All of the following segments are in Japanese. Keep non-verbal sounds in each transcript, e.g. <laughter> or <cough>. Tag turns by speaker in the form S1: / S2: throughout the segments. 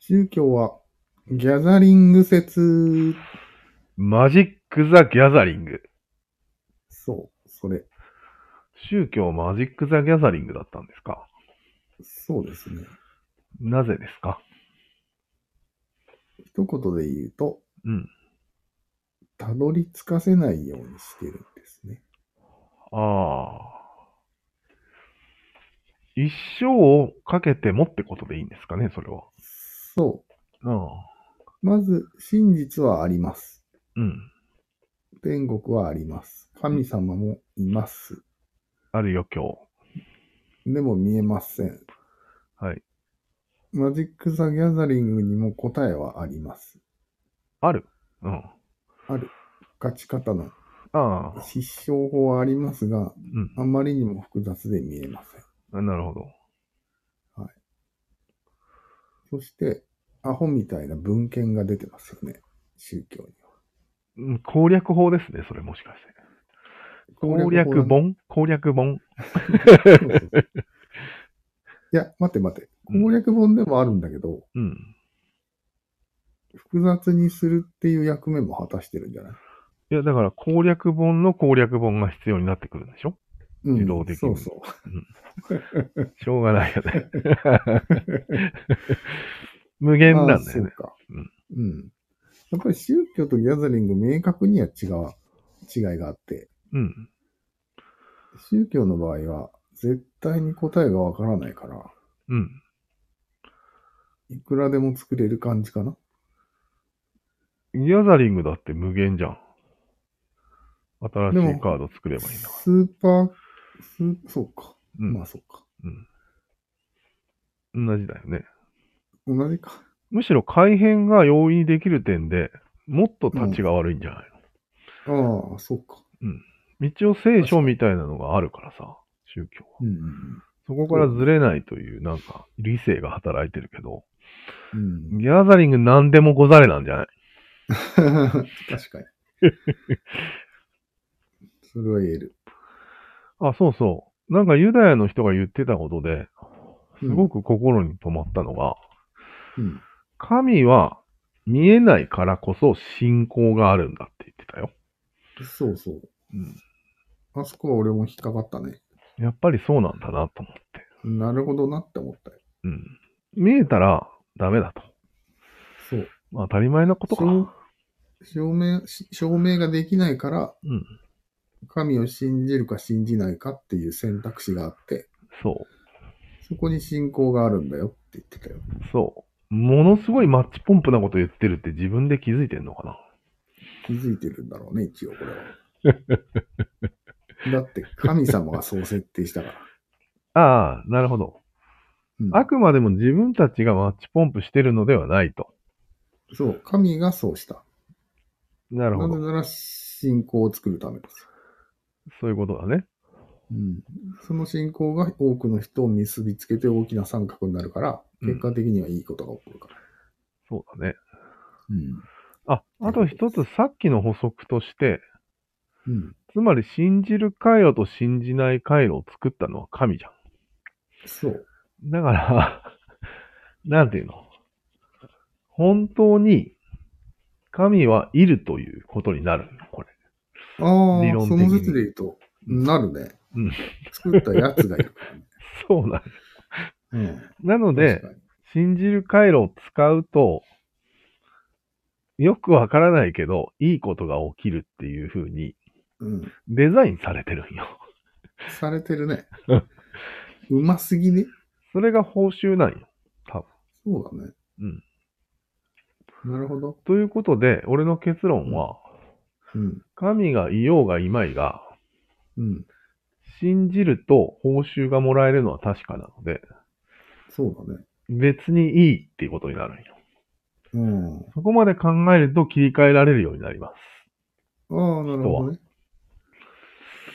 S1: 宗教は、ギャザリング説。
S2: マジック・ザ・ギャザリング。
S1: そう、それ。
S2: 宗教マジック・ザ・ギャザリングだったんですか
S1: そうですね。
S2: なぜですか
S1: 一言で言うと、
S2: うん。
S1: たどり着かせないようにしてるんですね。
S2: ああ。一生をかけてもってことでいいんですかね、それは。
S1: そ
S2: うん。
S1: う。まず、真実はあります。
S2: うん。
S1: 天国はあります。神様もいます。
S2: あるよ、今日。
S1: でも見えません。
S2: はい。
S1: マジック・ザ・ギャザリングにも答えはあります。
S2: ある。うん。
S1: 勝ち方の
S2: ああ。
S1: 必勝法はありますが、
S2: う
S1: あまりにも複雑で見えません。
S2: ん。なるほど。
S1: そして、アホみたいな文献が出てますよね。宗教
S2: <laughs>
S1: には。
S2: うん攻略法ですね、それもしかして。攻略
S1: 法なん
S2: 本攻略本。
S1: だそうそうそういや、待って待って。攻略本でもあるんだけど、
S2: うん。
S1: 複雑にするっていう役目も果たしてるんじゃない
S2: いや、だから攻略本の攻略本が必要になってくるんでしょ
S1: うん
S2: 自動的に
S1: そうそう。
S2: しょうがないよね。無限なんだよね。
S1: ああそううんか。うん。やっぱり宗教とギャザリング明確には違う、違いがあって、
S2: うん。
S1: 宗教の場合は絶対に答えがわからないから、
S2: うん。
S1: いくらでも作れる感じかな。
S2: ギャザリングだって無限じゃん。新
S1: で
S2: しい
S1: も
S2: カード作ればいいんだから。
S1: スーパー、スーそうか。
S2: うん。
S1: まあそうか。
S2: 同じだよね。
S1: 同じか。
S2: むしろ改変が容易にできる点で、もっと立ちが悪いんじゃないの、
S1: ああ、そうか。
S2: 一応聖書みたいなのがあるからさ、宗教は。
S1: うんうん
S2: そこからずれないという、なんか、理性が働いてるけど、
S1: うん。うん。
S2: ギャザリング何でもござれなんじゃない
S1: <laughs> 確かに。 <laughs> それは言える。
S2: あ、そうそう。なんかユダヤの人が言ってたことで、すご
S1: く。
S2: く心に留まったのが、
S1: うん。
S2: 神は見えないからこそ信仰があるんだって言ってたよ。
S1: そうそう。あそこは俺も引っかかったね。
S2: うん、やっぱりそうなんだなと思って。
S1: なるほどなって思ったよ。
S2: うん、見えたらダメだと。
S1: そう。
S2: まあ当たり前のことか。う
S1: 証証明し、証明ができないから、
S2: ん。
S1: 神を信じるか信じないかっていう選択肢があって、
S2: そう。
S1: そこに信仰があるんだよって言ってたよ。
S2: そう。ものすごいマッチポンプなこと言ってるって自分で気づいてんのかな。
S1: 気づいてるんだろうね、一応これは。 <laughs> だって神様がそう設定したから。
S2: ああ、なるほど。
S1: うん
S2: あくまでも自分たちがマッチポンプしてるのではないと。
S1: そう、神がそうした。
S2: なる
S1: な
S2: ほ
S1: ぜ
S2: ど。
S1: なら信仰を作るためですよ。
S2: そういうことだね。
S1: うん、その信仰が多くの人を結びつけて大きな三角になるから、
S2: うん
S1: 結果的にはいいことが起こるから。
S2: そうだね。
S1: うん。
S2: あ、あと一つさっきの補足として、
S1: うん。
S2: つまり信じる回路と信じない回路を作ったのは神じゃ
S1: そう。
S2: ん。だから、 <laughs> なんていうの本当に神はいるということになるのこれ。
S1: あ
S2: 理
S1: あ、
S2: 論
S1: そ
S2: 的に
S1: の説で言うと、なるね。
S2: うん
S1: 作ったやつがい
S2: <laughs>
S1: るからね。
S2: そうなん
S1: うん
S2: なので
S1: 確、かに
S2: 信じる回路を使うと、よくわからないけど、いいことが起きるっていう風に
S1: うん。
S2: デザインされてるんよ。
S1: されてるね。うますぎね。
S2: それが報酬なんよ。
S1: そうだね。うん。なるほど。
S2: ということで、俺の結論は、
S1: うん。
S2: 神がいようがいまいが、
S1: うん。
S2: 信じると報酬がもらえるのは確かなので、
S1: そうだね。
S2: 別にいいっていうことになるんよ。
S1: うん。
S2: そこまで考えると切り替えられるようになります。
S1: ああ、なるほどね。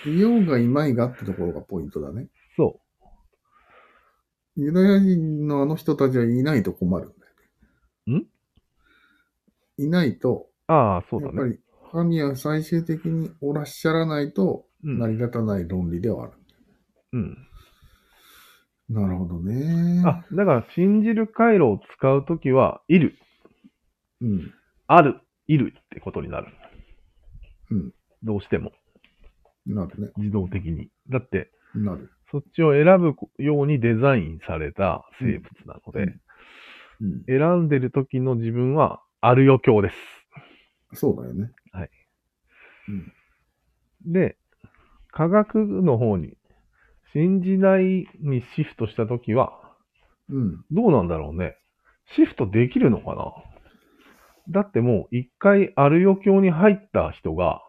S1: いようがいまいがってところがポイントだね。
S2: そ
S1: ユダヤ人のあの人たちはいないと困るんだよね。
S2: ん
S1: いないと、
S2: う。ああ、そう
S1: や
S2: だ
S1: っぱ
S2: ね。
S1: り神は最終的におらっしゃらないと
S2: う
S1: 成り
S2: ん。
S1: 立たない論理ではある。
S2: うん。
S1: なるほどね。
S2: あ、だから信じる回路を使うときは、いる、
S1: うん。
S2: ある、いるってことになる。
S1: うん。
S2: どうしても、
S1: なるね。
S2: 自動的に。だって、
S1: なる。
S2: そっちを選ぶようにデザインされた生物なので、
S1: うん。
S2: 選んでる時の自分は、ある余興です。
S1: そうだよね。
S2: はい。
S1: うん。
S2: で、科学の方に、信じないにシフトした時は、
S1: うん。
S2: どうなんだろうね。シフトできるのかなだってもう一回ある余興に入った人が、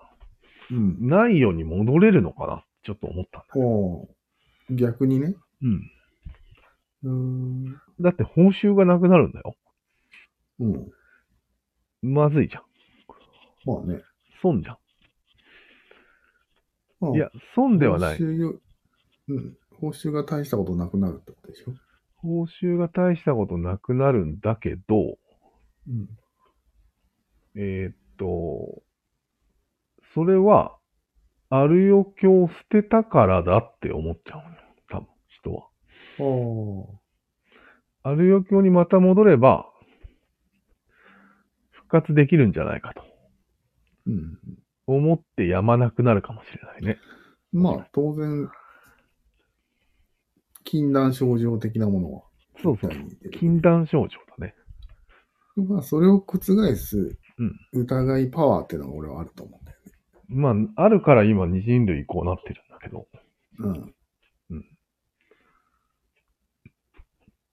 S1: うん。
S2: ないように戻れるのかなちょっと思ったんだ。
S1: おー逆にね。
S2: うん。
S1: うーん。
S2: だって報酬がなくなるんだよ。
S1: うん。
S2: まずいじゃん。
S1: まあね。
S2: 損じゃ
S1: まあ
S2: ん。いや、損ではない
S1: 報。酬ようん。報酬が大したことなくなるってことでしょ。
S2: 報酬が大したことなくなるんだけど、
S1: うん。
S2: えーっと、それは、ある余興を捨てたからだって思っちゃうのよ。多分、人は。
S1: あ
S2: ある余興にまた戻れば、復活できるんじゃないかと
S1: あ。うん。
S2: 思ってやまなくなるかもしれないね。
S1: まあ、当然、禁断症状的なものは。
S2: そうそう。
S1: 絶対に
S2: 禁断症状だね。
S1: まあ、それを覆す
S2: うん
S1: 疑いパワーっていうのが俺はあると思うんだよね。
S2: まあ、あるから今二人類こうなってるんだけど、
S1: うん。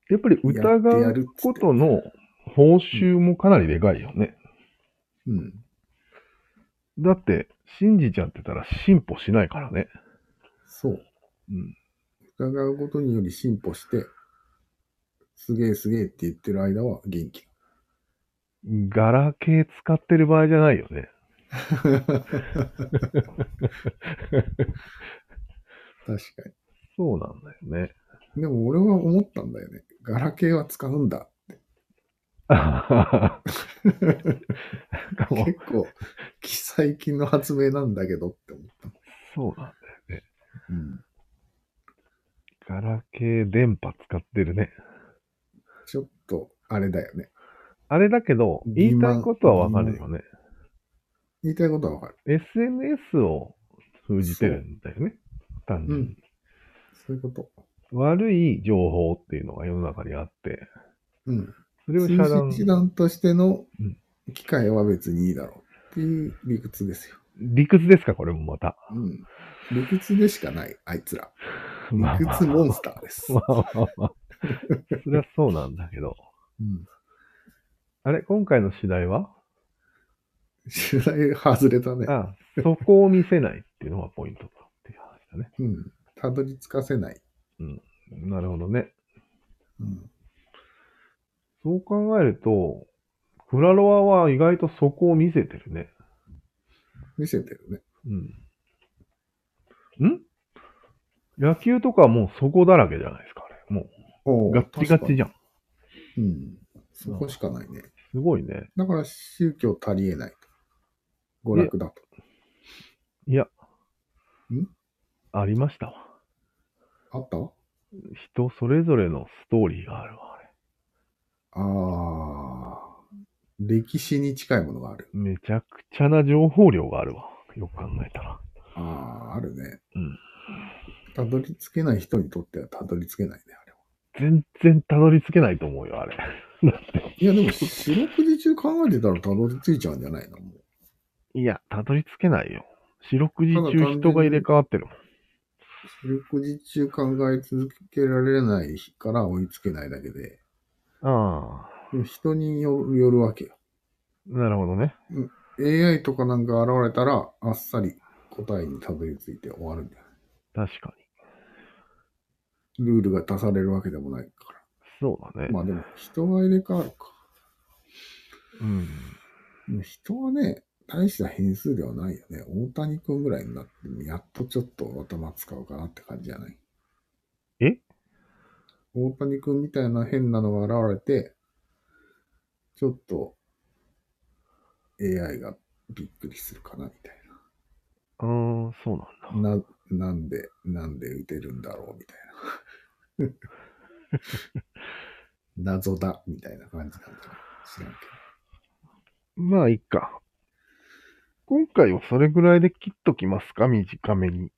S2: やっぱり
S1: やってや
S2: 疑
S1: るっ
S2: う
S1: つって
S2: ことの報酬もかなりでかいよね。
S1: うん。
S2: だって、信じちゃってたら進歩しないからね。
S1: そう。
S2: うん。
S1: 疑うことにより進歩して、すげえすげえって言ってる間は元気。
S2: ガラケー使ってる場合じゃないよね。
S1: 確か
S2: そうなんだよ <laughs> ね。
S1: に。でも俺は思ったんだよね。ガラケーは使うんだ。
S2: なんかもう
S1: 結構、き最近の発明なんだけどって思った。
S2: そうなんだ。
S1: うん。
S2: ガラケー電波使ってるね。
S1: ちょっと、あれだよね。
S2: あれだけど、言いたいことはわかるよね。
S1: 言いたいことはわかる。
S2: SNS を封じてるんだよね。単
S1: う
S2: 純に。
S1: ん。そういうこと。
S2: 悪い情報っていうのが世の中にあって、
S1: うん。
S2: それを遮断
S1: 通信、手段としての
S2: うん
S1: 機会は別にいいだろうっていう理屈ですよ。
S2: 理屈ですか、これもまた。
S1: うん。理屈でしかない、あいつら。
S2: まあ
S1: 理
S2: まあ
S1: 屈モンスターです。
S2: <laughs> まあまあまあ。それはそうなんだけど。
S1: うん。
S2: あれ今回の次第は
S1: 取材外れたね。
S2: あそこを見せないっていうのがポイントだっていう話だね。
S1: うん。たどり着かせない。
S2: なるほどね。
S1: うん。
S2: そう考えると、クラロワは意外とそこを見せてるね。
S1: 見せてるね。
S2: うん。ん野球とかもうそこだらけじゃないですか、あれ。も
S1: お
S2: う
S1: う
S2: ガッチガチじ
S1: ゃ
S2: ゃん。
S1: ん。うん。そこしかないね。
S2: すごいね。
S1: だから宗教足りえないと。娯楽だと。
S2: いや。
S1: ん
S2: ありましたわ。
S1: あった
S2: 人それぞれのストーリーがあるわ、あれ。
S1: ああ。歴史に近いものがある。
S2: めちゃくちゃな情報量があるわ。よく考えたら。
S1: ああ、あるね。
S2: うん。
S1: たどり着けない人にとってはたどり着けないね、あれは。
S2: 全然たどり着けないと思うよ、あれ。
S1: いや、でも、四六時中考えてたらたどり着いちゃうんじゃないのもう
S2: いや、たどり着けないよ。四六時
S1: ただ単純
S2: 中
S1: に
S2: 人が入れ替わってるもん。
S1: 四六時中考え続けられないから追いつけないだけで、
S2: ああ、
S1: でも人によるよるわけよ。
S2: なるほどね。
S1: AI とかなんか現れたら、あっさり答えにたどり着いて終わるんだよ。
S2: 確かに。
S1: ルールが出されるわけでもないか
S2: そうだね
S1: ら。。まあでも、人が入れ替わるか。
S2: うん。
S1: でも人はね、大した変数ではないよね。大谷君ぐらいになって、やっとちょっと頭使うかなって感じじゃない
S2: え
S1: 大谷君みたいな変なのが現れて、ちょっと AI がびっくりするかなみたい
S2: ああ、そうなんだ。
S1: な。な、なんで、なんで打てるんだろうみたい
S2: <laughs>
S1: 謎だ、みたいな感じなんだろう知らんけ
S2: まあ、いいか。今回はそれぐらいで切っときますか、短めに。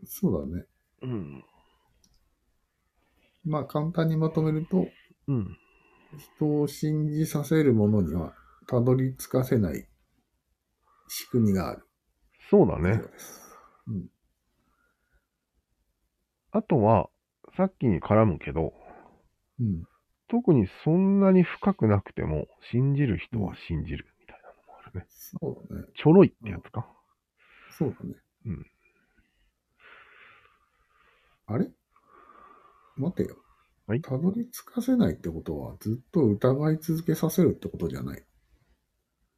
S1: ど。そうだね。
S2: うん。
S1: まあ簡単にまとめると、
S2: うん。
S1: 人を信じさせるものにはたどり着かせない仕組みがある。
S2: そうだね。
S1: です。
S2: あとは、さっきに絡むけど、
S1: うん。
S2: 特にそんなに深くなくても、信じる人は信じるみたいなのもあるね。
S1: そうだね。
S2: ちょろいってやつか。
S1: そうだね。
S2: うん。
S1: あれ待てよ。
S2: はい
S1: たどり着かせないってことは、ずっと疑い続けさせるってことじゃない。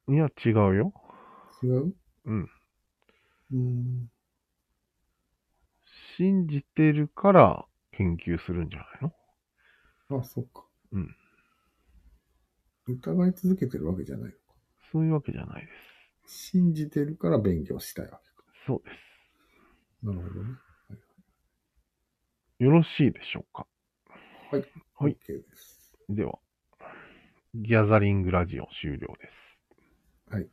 S2: いや、違うよ。
S1: 違う
S2: うん。
S1: うーん。
S2: 信じてるから研究するんじゃないの
S1: あ、そっか。
S2: うん。
S1: 疑い続けてるわけじゃないのか。
S2: そういうわけじゃないで
S1: 信じてるから勉強したいわけか。
S2: す。そうで
S1: なるほどね。
S2: す。よろしいでしょうか。はい。
S1: OK です。
S2: では、ギャザリングラジオ終了です。
S1: はい。